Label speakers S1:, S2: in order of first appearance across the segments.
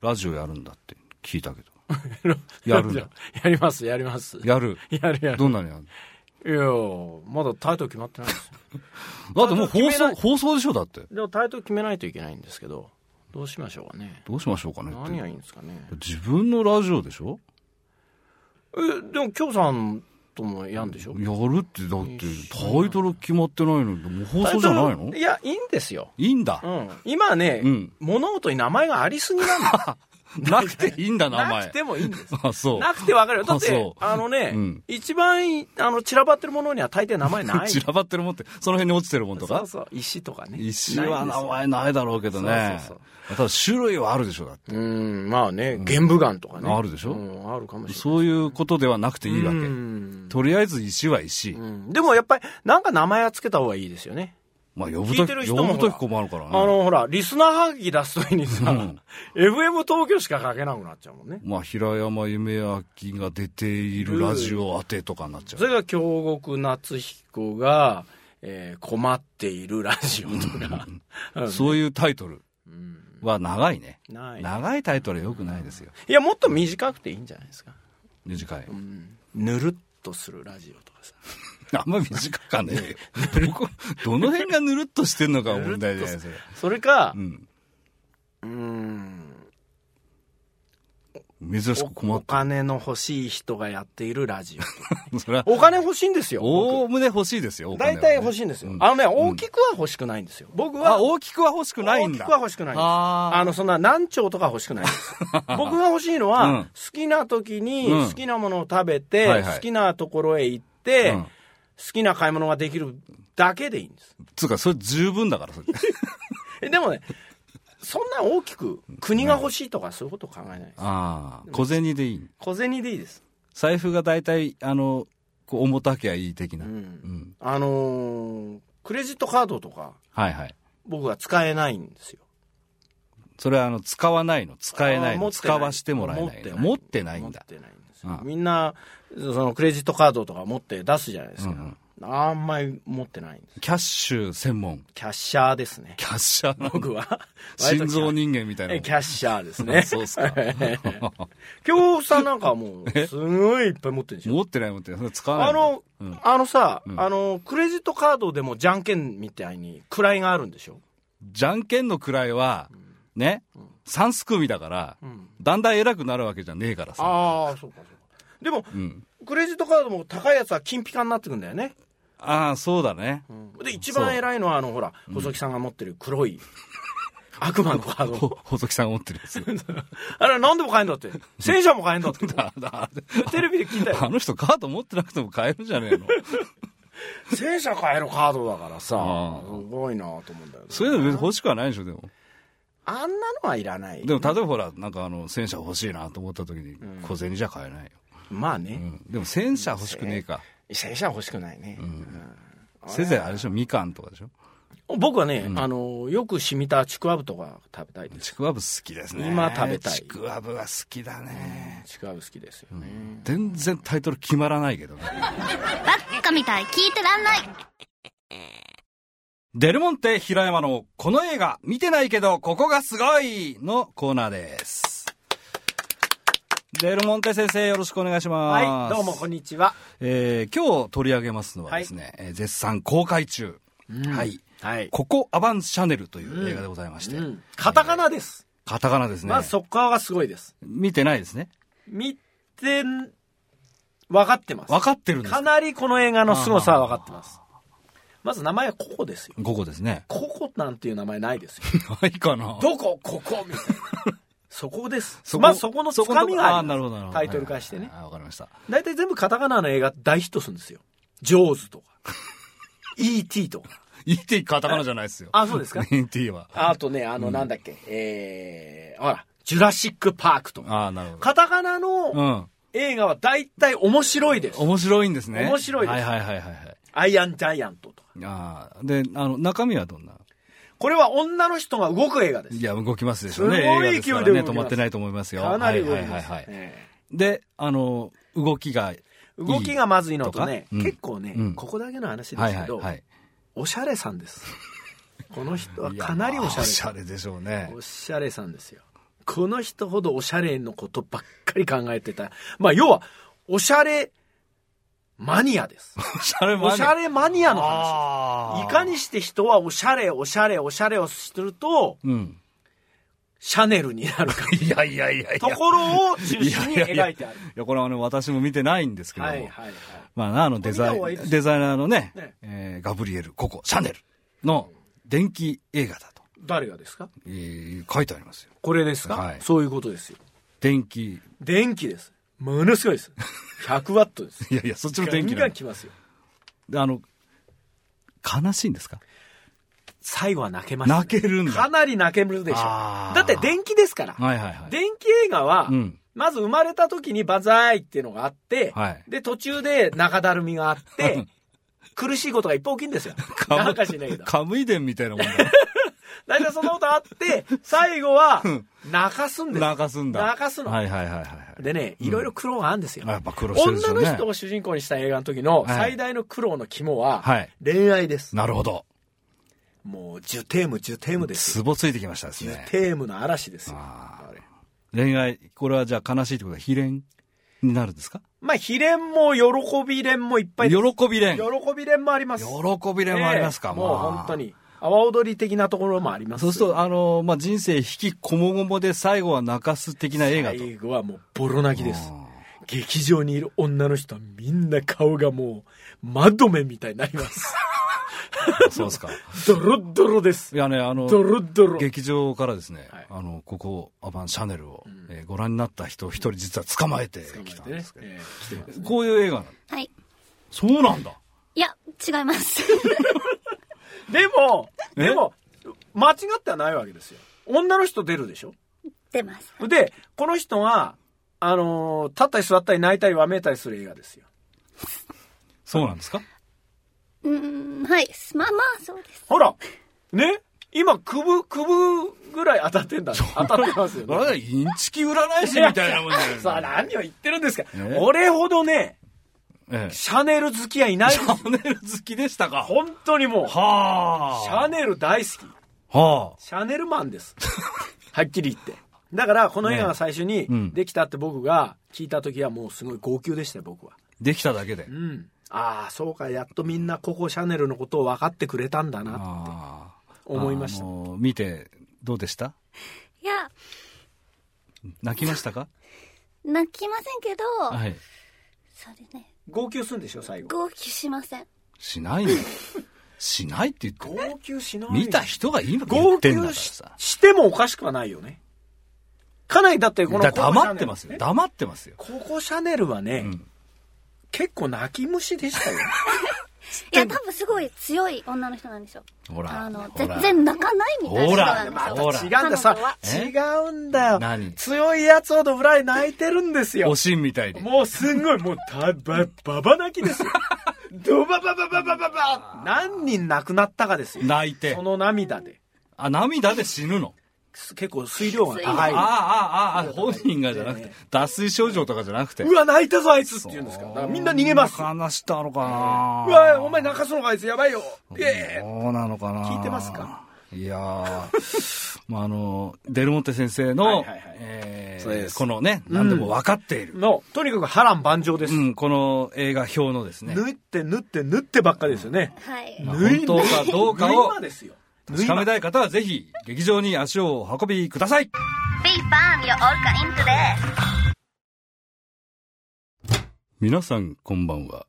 S1: ラジオやるんだって聞いたけど。やるんだ
S2: じゃあ やります、やります。
S1: や る。
S2: やるやる。
S1: どんなにやる
S2: いやーまだタイトル決まってないですよ。
S1: だってもう
S2: 決
S1: 放
S2: めな
S1: 送、
S2: い
S1: 放送でしょだって。
S2: でもタイトル決めないといけないんですけど、どうしましょうかね。
S1: どうしましょうかねっ
S2: 何
S1: て。
S2: がいいんですかね。
S1: 自分のラジオでしょ
S2: え、でも、京さんともやんでしょ
S1: やるって、だって、タイトル決まってないのに、もう放送じゃないの
S2: いや、いいんですよ。
S1: いいんだ
S2: う。ん。今ね、
S1: うん
S2: 物事に名前がありすぎなんだ。
S1: なくていいん だ、名前。
S2: なくてもいいんです。
S1: あ、そう。
S2: なくてわかるよ。だっ
S1: あ
S2: て
S1: そ、う
S2: あのね、
S1: うん
S2: 一番いあの散らばってるものには大抵名前ない
S1: 。散らばってるもんって、その辺に落ちてるもんと
S2: そう
S1: か。
S2: そう、石とかね。
S1: 石は名
S2: ないんで
S1: 前ないだろうけどね。
S2: そうそう
S1: ただ種類はあるでしょ、だって。
S2: すようん、まあね、玄武岩とかね。
S1: あるでしょ
S2: うん、あるかもしれない。
S1: そういうことではなくていいわけ。
S2: うん
S1: とりあえず石は石。
S2: うんでもやっぱり、なんか名前はつけた方がいいですよね。
S1: まあ、呼ぶ
S2: 聞い
S1: と
S2: てる
S1: き、
S2: 人
S1: 呼
S2: も
S1: ぶとき困るからね。
S2: あの、ほら、リスナーはがき出すときにさ、
S1: うん
S2: FM 東京しか書けなくなっちゃうもんね。
S1: まあ、平山夢明が出ているラジオ当てとかになっちゃ
S2: それが京極夏彦が、えー困っているラジオとか。
S1: う。そういうタイトル
S2: うん
S1: は長いね。
S2: ない。
S1: 長いタイトルは良くないですよ。
S2: いや、もっと短くていいんじゃないですか。
S1: 短い。
S2: ぬるっとするラジオとかさ。
S1: あんま短かねえよ。どこどの辺がぬるっとしてんのかが問題じゃないですか。
S2: それか
S1: う、ん。
S2: うーん、
S1: 珍しく
S2: お
S1: 困
S2: お
S1: っ
S2: 金の欲しい人がやっているラジオとか。
S1: た。それは、
S2: お金欲しいんですよ。
S1: お
S2: 僕
S1: おむね欲しいですよ。お金は
S2: 大
S1: ね
S2: 体欲しいんですよ
S1: う。
S2: あのね、大きくは欲しくないんですよ。僕
S1: あ、
S2: は、
S1: 大きくは欲しくないんだ。
S2: 大きくは欲しくないんです
S1: あー
S2: あの、そんな何兆とか欲しくないん ですよ僕が欲しいのは、
S1: うん
S2: 好きな時に
S1: うん
S2: 好きなものを食べて、
S1: はいはい
S2: 好きなところへ行って、
S1: うん
S2: 好きな買い物ができるだけでいいんです。
S1: つうか、それ十分だから、それ。
S2: えでもね、そんな大きく国が欲しいとかそういうこと考えないです。
S1: ああ、小銭でいい。
S2: 小銭でいいです。
S1: 財布が大体、あの、こう、重たきゃいい的な。
S2: う
S1: うんん。
S2: あのークレジットカードとか
S1: はいはい。
S2: 僕は使えないんですよ。
S1: それは、あの、使わないの。使えない
S2: あ持
S1: の。
S2: って
S1: 使わしてもらえないの。持ってないんだ。
S2: 持ってないんですよ
S1: うん
S2: みんな、そのクレジットカードとか持って出すじゃないですか。
S1: うん
S2: あんまり持ってないんです。
S1: キャッシュ専門。
S2: キャッシャーです ね。
S1: キャッシ ャーの
S2: 僕は。
S1: 心臓人間みたいな
S2: え
S1: もん。。
S2: キャッシャーですね
S1: そうっすか。
S2: 京極さんなんか はもう、すごいいっぱい持ってるんですよ。
S1: 持ってない持ってない。それ使わない。
S2: あの、
S1: うん
S2: あのさ、
S1: ん
S2: あの、クレジットカードでもじゃんけんみたいに位があるんでしょ
S1: じゃんけんの位は、ね、三すくみだから、だんだん偉くなるわけじゃねえからさ。
S2: ああ、そうかそうか。でも、
S1: うん。
S2: クレジットカードも高いやつは金ピカになってくんだよね。
S1: ああ、そうだね。
S2: で、一番偉いのは、あの、ほら、細木さんが持ってる 黒い、悪魔のカード。
S1: ほ細木さんが持ってるやつ。
S2: あれ、何でも買えんだって。戦車も買えんだって。
S1: だだ
S2: テレビで聞いたよ。
S1: あの人カード持ってなくても買えるんじゃねえの
S2: 戦車買えるカードだからさ
S1: あ、
S2: すごいなと思うんだよね。
S1: そういうの別に欲しくはないでしょ、でも。
S2: あんなのはいらない。
S1: でも、例えばほら、なんかあの、戦車欲しいなと思った時に、小銭じゃ買えないよ。
S2: まあ
S1: う
S2: ね、
S1: ん。でも戦車欲しくねえか。
S2: 戦車は欲しくないね。
S1: せいぜいあれでしょ、みかんとかでしょ。
S2: うん僕はね、あの、よく染みたちくわぶとか食べたいです。
S1: ちくわぶ好きですね。
S2: 今食べたい
S1: ちくわぶは好きだね。
S2: ちくわぶ好きですよね。
S1: 全然タイトル決まらないけどね。
S3: バッカみたい聞いてらんない
S1: デルモンテ平山のこの映画見てないけどここがすごいのコーナーです。デルモンテ先生よろしくお願いします。
S2: はい、どうもこんにちは。
S1: えー今日取り上げますのはですね、えー絶賛公開中、はい。
S2: はい。
S1: ここアバンシャネルという映画でございまして、
S2: うんカタカナです。
S1: カタカナですね、
S2: まずそこからがすごいです。
S1: 見てないですね。
S2: 見てん、分かってます。
S1: 分かってるんです
S2: かなりこの映画の凄さは分かってます。まず名前はココですよ。
S1: ここですね。
S2: ココなんていう名前ないですよ。
S1: ないかな
S2: どこここみたいな。そこです。
S1: そこ
S2: まあそこのつかみが
S1: ー
S2: あり
S1: な
S2: ま
S1: るほどなるほ
S2: す。
S1: ど
S2: タイトル化してね
S1: はい。はいはいわかりました。
S2: 大体全部カタカナの映画大ヒットするんですよ。ジョー ズとか。E.T. とか。
S1: ET カタカナじゃないですよ。
S2: あそうですか
S1: ?ET は。
S2: あとね、あの、なんだっけ、えー、ほら、ジュラシック・パークとか。
S1: ああ、なるほ
S2: カタカナ
S1: ど。う
S2: の
S1: ん。
S2: 映画は大体面白いです。
S1: 面白いんですね。
S2: 面白いです
S1: はいはいはいはいはい。
S2: アイアン・ジャイアントとか。
S1: ああ、で、あの、中身はどんな
S2: これは女の人が動く映画です。
S1: いや、動きますでしょうね。
S2: すごい
S1: 映画ですから
S2: 勢いで
S1: ね、
S2: 動きます
S1: 止まってないと思いますよ。
S2: かなり動き
S1: はいは
S2: ま
S1: い
S2: す。
S1: はいはい。
S2: ええ
S1: で、あの、動きがいい、
S2: 動きがまずいのとね、
S1: とかうん
S2: 結構ね、
S1: うん
S2: ここだけの話で
S1: はい
S2: すけ
S1: はい
S2: ど、
S1: はい。
S2: おしゃ れさんです。この人はい
S1: や
S2: かなりおしゃれ
S1: おしゃれでしょうね
S2: お。しゃれさんですよ。この人ほどおしゃれのことばっかり考えてた。まあ、要は、おしゃれマニ アです。
S1: おしゃれ
S2: おしゃ
S1: れ
S2: れマニアの話。
S1: 話
S2: いかにして人はおしゃれ、おしゃれ、おしゃれをすると、
S1: うん。
S2: シャネルになるか。
S1: いやいやいやいや。
S2: ところを中心に描いてある。
S1: いや、これはね、私も見てないんですけども。
S2: はいはいはい。
S1: まあな、あのデザ
S2: 見た
S1: イ
S2: 方がいいです
S1: ン、
S2: よ
S1: デザイナーのね、
S2: ね
S1: えーガブリエル・ココ・シャネルの電気映画だと、
S2: 誰がですか
S1: えー書いてありますよ。
S2: これですか、
S1: はい
S2: そういうことですよ。
S1: 電気、
S2: 電気です。ものすごいです。100ワットです。
S1: いやいや、そっちの電
S2: 電気
S1: 気な
S2: が
S1: の
S2: 来ますよ。
S1: であの、悲しいんですか
S2: 最後は泣けました、ね。
S1: 泣けるんだ
S2: かなり泣けるでしょ。
S1: あー
S2: だって電気ですから。
S1: はいはいはい。
S2: 電気映画は、
S1: うん
S2: まず生まれた時にバザーイっていうのがあって、
S1: はい
S2: で、途中で中だるみがあ って、苦しいことがいっぱい起きるんですよ。なんかしないけど。
S1: カムイ伝みたいなもんだ。
S2: 大体そんなことあって、最後は、泣かすんです。
S1: 泣かすんだ。
S2: 泣かすの。
S1: はいはいはいはいはい。
S2: でね、いろいろ苦労があるんですよ。
S1: あやっぱ苦労してるんですよ
S2: 女の
S1: ね。
S2: 人を主人公にした映画の時の
S1: はい
S2: 最大の苦労の肝は
S1: はい、
S2: 恋愛です。
S1: なるほど。
S2: もう、ジュテーム、ジュテームです
S1: ツ
S2: よ。
S1: ボついてきましたです
S2: ジュ
S1: ね。
S2: テームの嵐ですよ。
S1: あー恋愛、これはじゃあ悲しいってことは、非恋になるんですか
S2: まあ、悲恋も喜び恋もいっぱい
S1: 喜
S2: です。
S1: び恋。喜
S2: 喜び恋もあります。
S1: び恋もありますか、
S2: ええもう
S1: まあ
S2: 本当。に。阿波踊り的なところもあります。
S1: そうすると、あの、まあ、人生引きこもごもで最後は泣かす的な映画と。
S2: 最後はもうボロ泣きです。劇場にいる女の人はみんな顔がもう、マドメみたいになります。
S1: そうですか。
S2: ドロッドロです
S1: い。やね、あの、
S2: ドロッドロ。
S1: 劇場からですね、
S2: はい
S1: あの、ここ、アバン・シャネルを、えーご覧になった人を一人実は捕まえてきたんですけど、
S2: ええ来てます
S1: こういう映画なの
S3: はい。
S1: そうなんだ。
S3: いや、違います。
S2: でも、
S1: え
S2: でも、間違ってはないわけですよ。女の人出るでしょ
S3: 出ます。
S2: で、この人が、あのー立ったり座ったり泣いたりわめいたりする映画ですよ。
S1: そうなんですか
S3: うーん、はい。まあまあ、そうです。
S2: ほらね今、くぶ、くぶぐらい当たってんだ、ね、当たってますよ
S1: あ
S2: ね。
S1: れインチキ占い師みたいなもんじゃないです
S2: さあ、
S1: か。
S2: 何を言ってるんですか
S1: え。
S2: 俺ほどね、
S1: ええシ
S2: シャネル好きはいないです。
S1: ャネル好きでしたか。
S2: 本当にもう、
S1: はあ。
S2: シャネル大好き。
S1: は
S2: シャネルマン です。はっきり言って。だから、この映画が最初
S1: う
S2: に
S1: ん
S2: できたって僕が聞いた時はもうすごい号泣でしたよ、僕は。
S1: あ。できただけで。
S2: うん。ああ、そうか、やっとみんなココシャネルのことを分かってくれたんだ
S1: あ
S2: な。
S1: あ。
S2: 思いました
S1: あの見て、どうでした
S3: いや、
S1: 泣きましたか
S3: 泣きませんけど、
S1: はい。
S3: そうですね。
S2: 号泣するんでしょ、最後。
S3: 号泣しません。
S1: しないの。しないって言って、
S2: 号泣しない。
S1: 見た人が今言
S2: 号
S1: ってんだから
S2: 泣し
S1: さ。
S2: してもおかしくはないよね。かなりだってこの
S1: だ
S2: ココシ
S1: 黙っ
S2: ャネル
S1: てますよ。黙ってますよ。
S2: ココシャネルはね、
S1: ん
S2: 結構泣き虫でしたよ。
S3: いや、多分すごい強い女の人なんですよ。
S1: ほら
S3: あの、
S1: ほら
S3: 全然泣かないみたいな人なんですよ。
S1: ほら
S2: また
S1: ほら
S2: 違うんだよさ
S3: 彼女は、
S1: え
S2: 違うんだよ
S1: 何。
S2: 強いやつほど裏で泣いてるんですよ
S1: お。しんみたいに。
S2: もうすんごい、もうた、ば、ばば泣きですよ。ドバババババババ何人亡くなったかですよ。
S1: 泣いて
S2: そ。の涙で。
S1: あ、涙で死ぬの。
S2: す結構水量が
S1: ああ
S2: 高い。
S1: ああああ、本人がじゃなくて、脱水症状とかじゃなくて。
S2: うわ、泣いたぞ、あいつって言うんですから。だからみんな逃げます。う
S1: 話したのかな
S2: わ、お前泣かすのか、あいつ、やばいよ。ええ
S1: そうなのかな
S2: 聞いてますか
S1: いやー まあ、あの、デルモンテ先生の
S2: はいはいはい、
S1: えー
S2: そうです
S1: このね、何でも分かっている、
S2: の、とにかく波乱万丈で
S1: う
S2: す。
S1: ん
S2: 縫
S1: この映画表のですね、
S2: って縫って縫ってばっかりですよね。
S3: はい。
S1: まあ
S2: 縫い
S1: 本当かどうか
S2: 縫い
S1: を
S2: 間ですよ。
S1: 確かめたい方はぜひ、劇場に足をお運びください
S3: Big Bang, you're all going to this.
S1: 皆さんこんばんは。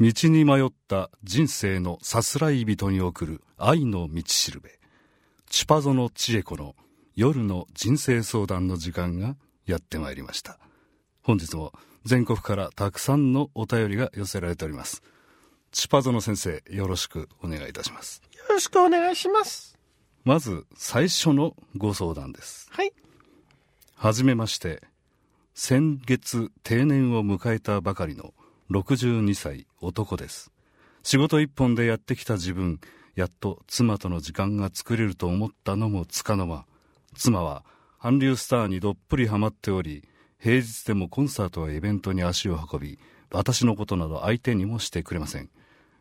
S1: 道に迷った人生のさすらい人に送る愛の道しるべ。チュパゾの千恵子の夜の人生相談の時間がやってまいりました。本日も全国からたくさんのお便りが寄せられております。チュパゾの先生、よろしくお願いいたします。
S2: よろしくお願いします。
S1: まず最初のご相談です。
S2: はい。
S1: はじめまして先月定年を迎えたばかりの62歳男です仕事一本でやってきた自分やっと妻との時間が作れると思ったのもつかの間妻は韓流スターにどっぷりハマっており平日でもコンサートやイベントに足を運び私のことなど相手にもしてくれません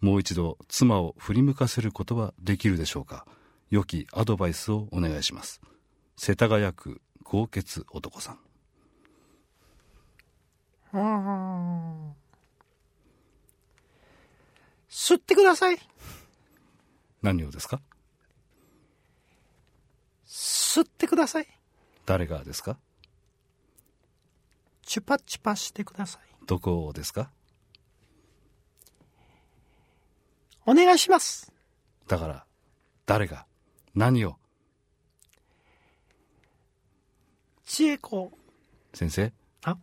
S1: もう一度妻を振り向かせることはできるでしょうか良きアドバイスをお願いします世田谷区
S4: 高血男さん
S5: うん。吸ってください。
S4: 何をですか
S5: 吸ってください。
S4: 誰がですか
S5: チュパチュパしてください。
S4: どこですか
S5: お願いします。
S4: だから誰が何を
S5: 千恵子。
S4: 先生
S5: あ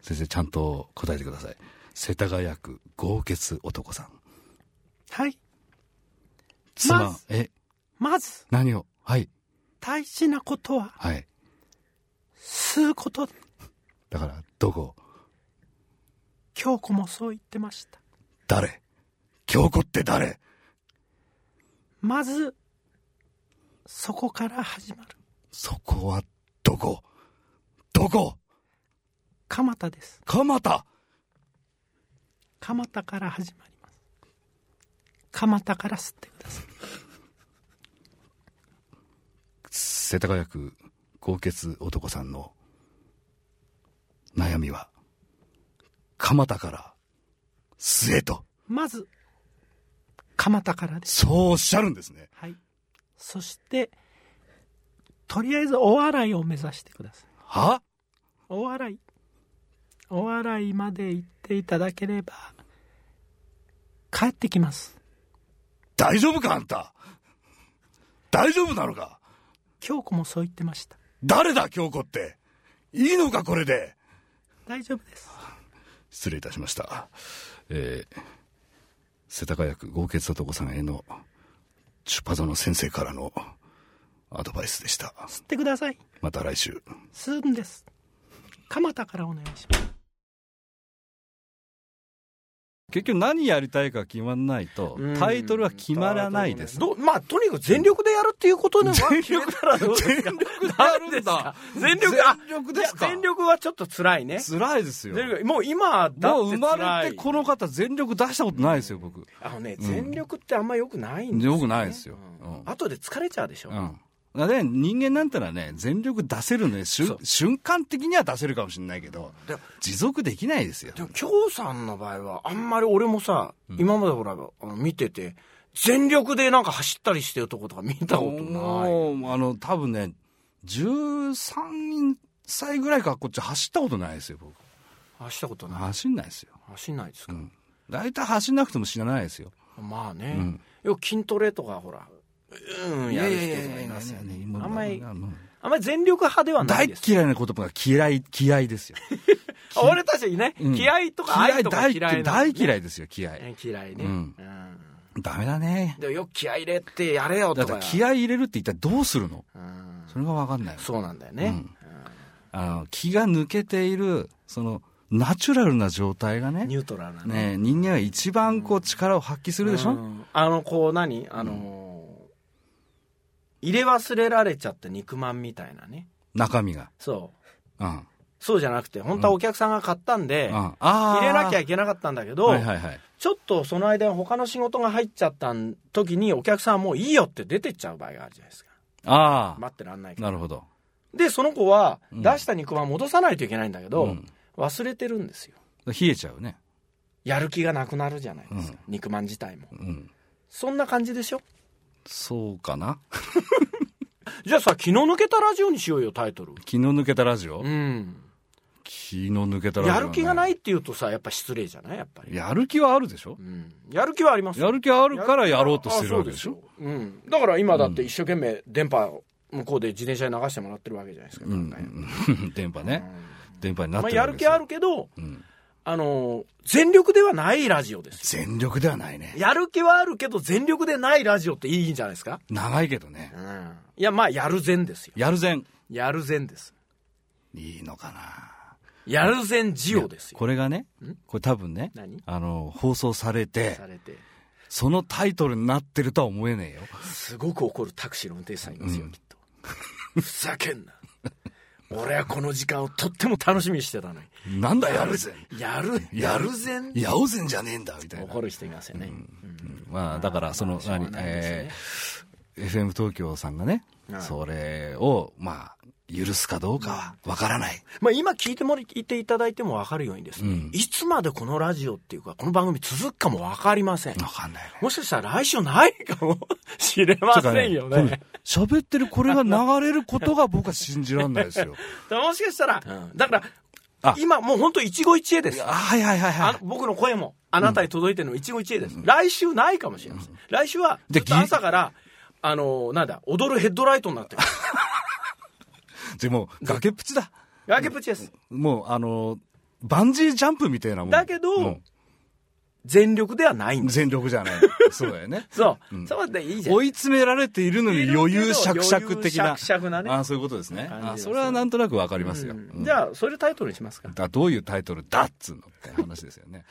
S4: 先生ちゃんと答えてください世田谷区豪傑男さん
S5: はい。
S4: 妻、
S5: まず
S4: え
S5: まず、
S4: 何をはい
S5: 大事なことは、
S4: はい
S5: 吸うこと。
S4: だからどこ
S5: 京子もそう言ってました。
S4: 誰京子って誰
S5: まず、そこから始まる。
S4: そこはどこどこ
S5: 蒲田です。
S4: 蒲田
S5: 蒲田から始まります。蒲田から吸ってください。
S4: 世田谷区豪傑男さんの悩みは蒲田から末へと
S5: まず、蒲田からです。
S4: そうおっしゃるんですね
S5: はい。そして、とりあえずお笑いを目指してください。
S4: は
S5: お笑い。お笑いまで行っていただければ、帰ってきます。
S4: 大丈夫かあんた大丈夫なのか
S5: 京子もそう言ってました。
S4: 誰だ京子っていいのかこれで
S5: 大丈夫です。
S4: 失礼いたしましたえー、世田谷区豪傑男さんへのチュパゾの先生からのアドバイスでした
S5: 吸ってください。
S4: また来週
S5: 吸うんです。蒲田からお願いします。
S1: 結局何やりたいか決まらないと
S2: うん
S1: タイトルは決まらないです
S2: どまあとにかく全力でやるっていうことでは
S1: 全
S2: 決めたらどうですか
S1: やるんだ
S2: 全力あ
S1: 全力ですか
S2: いや全力はちょっと辛いね
S1: 辛いですよ
S2: 全力もう今だ
S1: も
S2: っ
S1: う
S2: て
S1: 生ま
S2: 辛
S1: れ
S2: い
S1: てこの方全力出したことないですよ僕
S2: あのね全力ってあんま良くないんです
S1: よくないですよ
S2: うん
S1: うん
S2: 後で疲れちゃうでしょ
S1: うんだからね人間なんてのはね全力出せるねしゅ
S2: そう
S1: 瞬間的には出せるかもしれないけど
S2: でも
S1: 持続できないですよ
S2: でも京さんの場合はあんまり俺もさ今までほらあの見てて全力でなんか走ったりしてるとことか見たことない
S1: もうあの多分ね13歳ぐらいからこっち走ったことないですよ僕
S2: 走ったことない
S1: 走んないですよ
S2: 走んないですか
S1: うん大体走んなくても死なないですよ
S2: まあね、
S1: うん
S2: よく筋トレとかほら、うん、やる人とかいますよね。あんまり、あんまり全力派ではな
S1: 大
S2: い
S1: っ
S2: です。
S1: 嫌いな言葉が嫌い嫌いですよ
S2: あ俺たちね、
S1: うん
S2: 気 合とか
S1: 嫌
S2: 愛
S1: い
S2: とか
S1: 大
S2: 嫌
S1: 嫌い
S2: いなんで
S1: 大
S2: ね
S1: 嫌いですよ嫌い
S2: 嫌いね、う
S1: うんんダメだね
S2: でもよく気合入れてやれよ
S1: だ
S2: と
S1: って
S2: か。
S1: 気合い入れるって一体どうするの
S2: うん
S1: それが分かんない
S2: そうなんだよね。
S1: あの気が抜けているそのナチュラルな状態がね
S2: ニュートラルな
S1: ねえ人間は一番こう力を発揮するでしょ、
S2: うんあの、こう何あのー入れ忘れられちゃった肉まんみたいなね。
S1: 中身が、
S2: そう。
S1: うんうん、
S2: そうじゃなくて、本当はお客さんが買ったんで、
S1: ああ
S2: 入れなきゃ
S1: い
S2: いけなかったんだけど、
S1: はいはいはい
S2: ちょっとその間に他の仕事が入っちゃった時にお客さんはもういいよって出てっちゃう場合があるじゃないですか。
S1: ああ
S2: 待ってらんないから。
S1: なるほど
S2: で、その子は
S1: うん
S2: 出した肉は戻さないといけないんだけど、
S1: うん
S2: 忘れてるんですよ。
S1: 冷えちゃうね、
S2: やる気がなくなるじゃないですか。肉まん自体も。
S1: うん、
S2: そんな感じでしょ
S1: そうかな
S2: じゃあさ、気の抜けたラジオにしようよ、タイトル。
S1: 気の抜けたラジオ、
S2: うん。
S1: 気の抜けたラジオ
S2: やる気がないいって言うとさ、やっぱ失礼じゃないやっぱり。
S1: やる気はあるでしょ
S2: うん。やる気はあります よ
S1: やる気あるからやろうとしてるわけでしょ
S2: あそうですようん、だから今だって一生懸命電波を向こうで自転車に流してもらってるわけじゃないですか、
S1: うん
S2: なんかね
S1: うん、 電波ね、電波になっ
S2: まあ、
S1: てるわけ
S2: や
S1: です
S2: る気
S1: よ
S2: あるけど、
S1: ん
S2: あの全力ではないラジオですよ
S1: 全力ではないね
S2: やる気はあるけど全力でないラジオっていいんじゃないですか、
S1: 長いけどね
S2: うん、いやまあやる善ですよ
S1: やるぜん
S2: やる善です
S1: いいのかな
S2: やる善ジオですよ
S1: これがね
S2: ん
S1: これ多分ね
S2: 何
S1: あの放送されて
S2: されて
S1: そのタイトルになってるとは思えねえよ
S2: すごく怒るタクシーの運転手さんいますよ、きっとふざけんな俺はこの時間をとっても楽しみにしてたのに
S1: なんだやるぜ
S2: やる、やるぜん。
S1: やおぜんじゃねえんだみたいな
S2: 怒る人いますよね。
S1: まあだからその
S2: しょうが
S1: 何
S2: ないですね
S1: えー FM 東京さんがね
S2: はい
S1: それをまあ許すかどうかはわからない。
S2: まあ、今聞いてもらっていただいても分かるようにですね、
S1: うん
S2: いつまでこのラジオっていうかこの番組続くかも分かりません、
S1: わかんないね。
S2: もしかしたら来週ないかもしれませんよね
S1: てかこの喋ってるこれが流れることが僕は信じらんないです よ。
S2: だからもしかしたら、
S1: うん
S2: だか
S1: あ
S2: ら今もう本当一期一会です
S1: あはいはいはいは
S2: あ僕の声もあなたに届いてるのも一期一会です、来週ないかもしれません、来週は
S1: で
S2: ずっと朝からあのなんだ踊るヘッドライトに なってる
S1: い。でも、崖っぷちだ。
S2: 崖っぷちです
S1: もう、あの、バンジージャンプみたいなもん。
S2: だけど
S1: うん
S2: 全力ではないんです
S1: 全力じゃ ない。そうだよね。
S2: そう、
S1: うん
S2: そうでいいじゃん
S1: 追い詰められているのに余裕しゃくしゃく的
S2: 余
S1: な
S2: 裕しゃく。しゃくなね
S1: あそういうことですね。
S2: 感じ
S1: あ
S2: です
S1: それはなんとなくわかりますよ。
S2: うん
S1: うん
S2: じゃあそれタイトルにしますか
S1: だどういうタイトルだっつうのって話ですよね。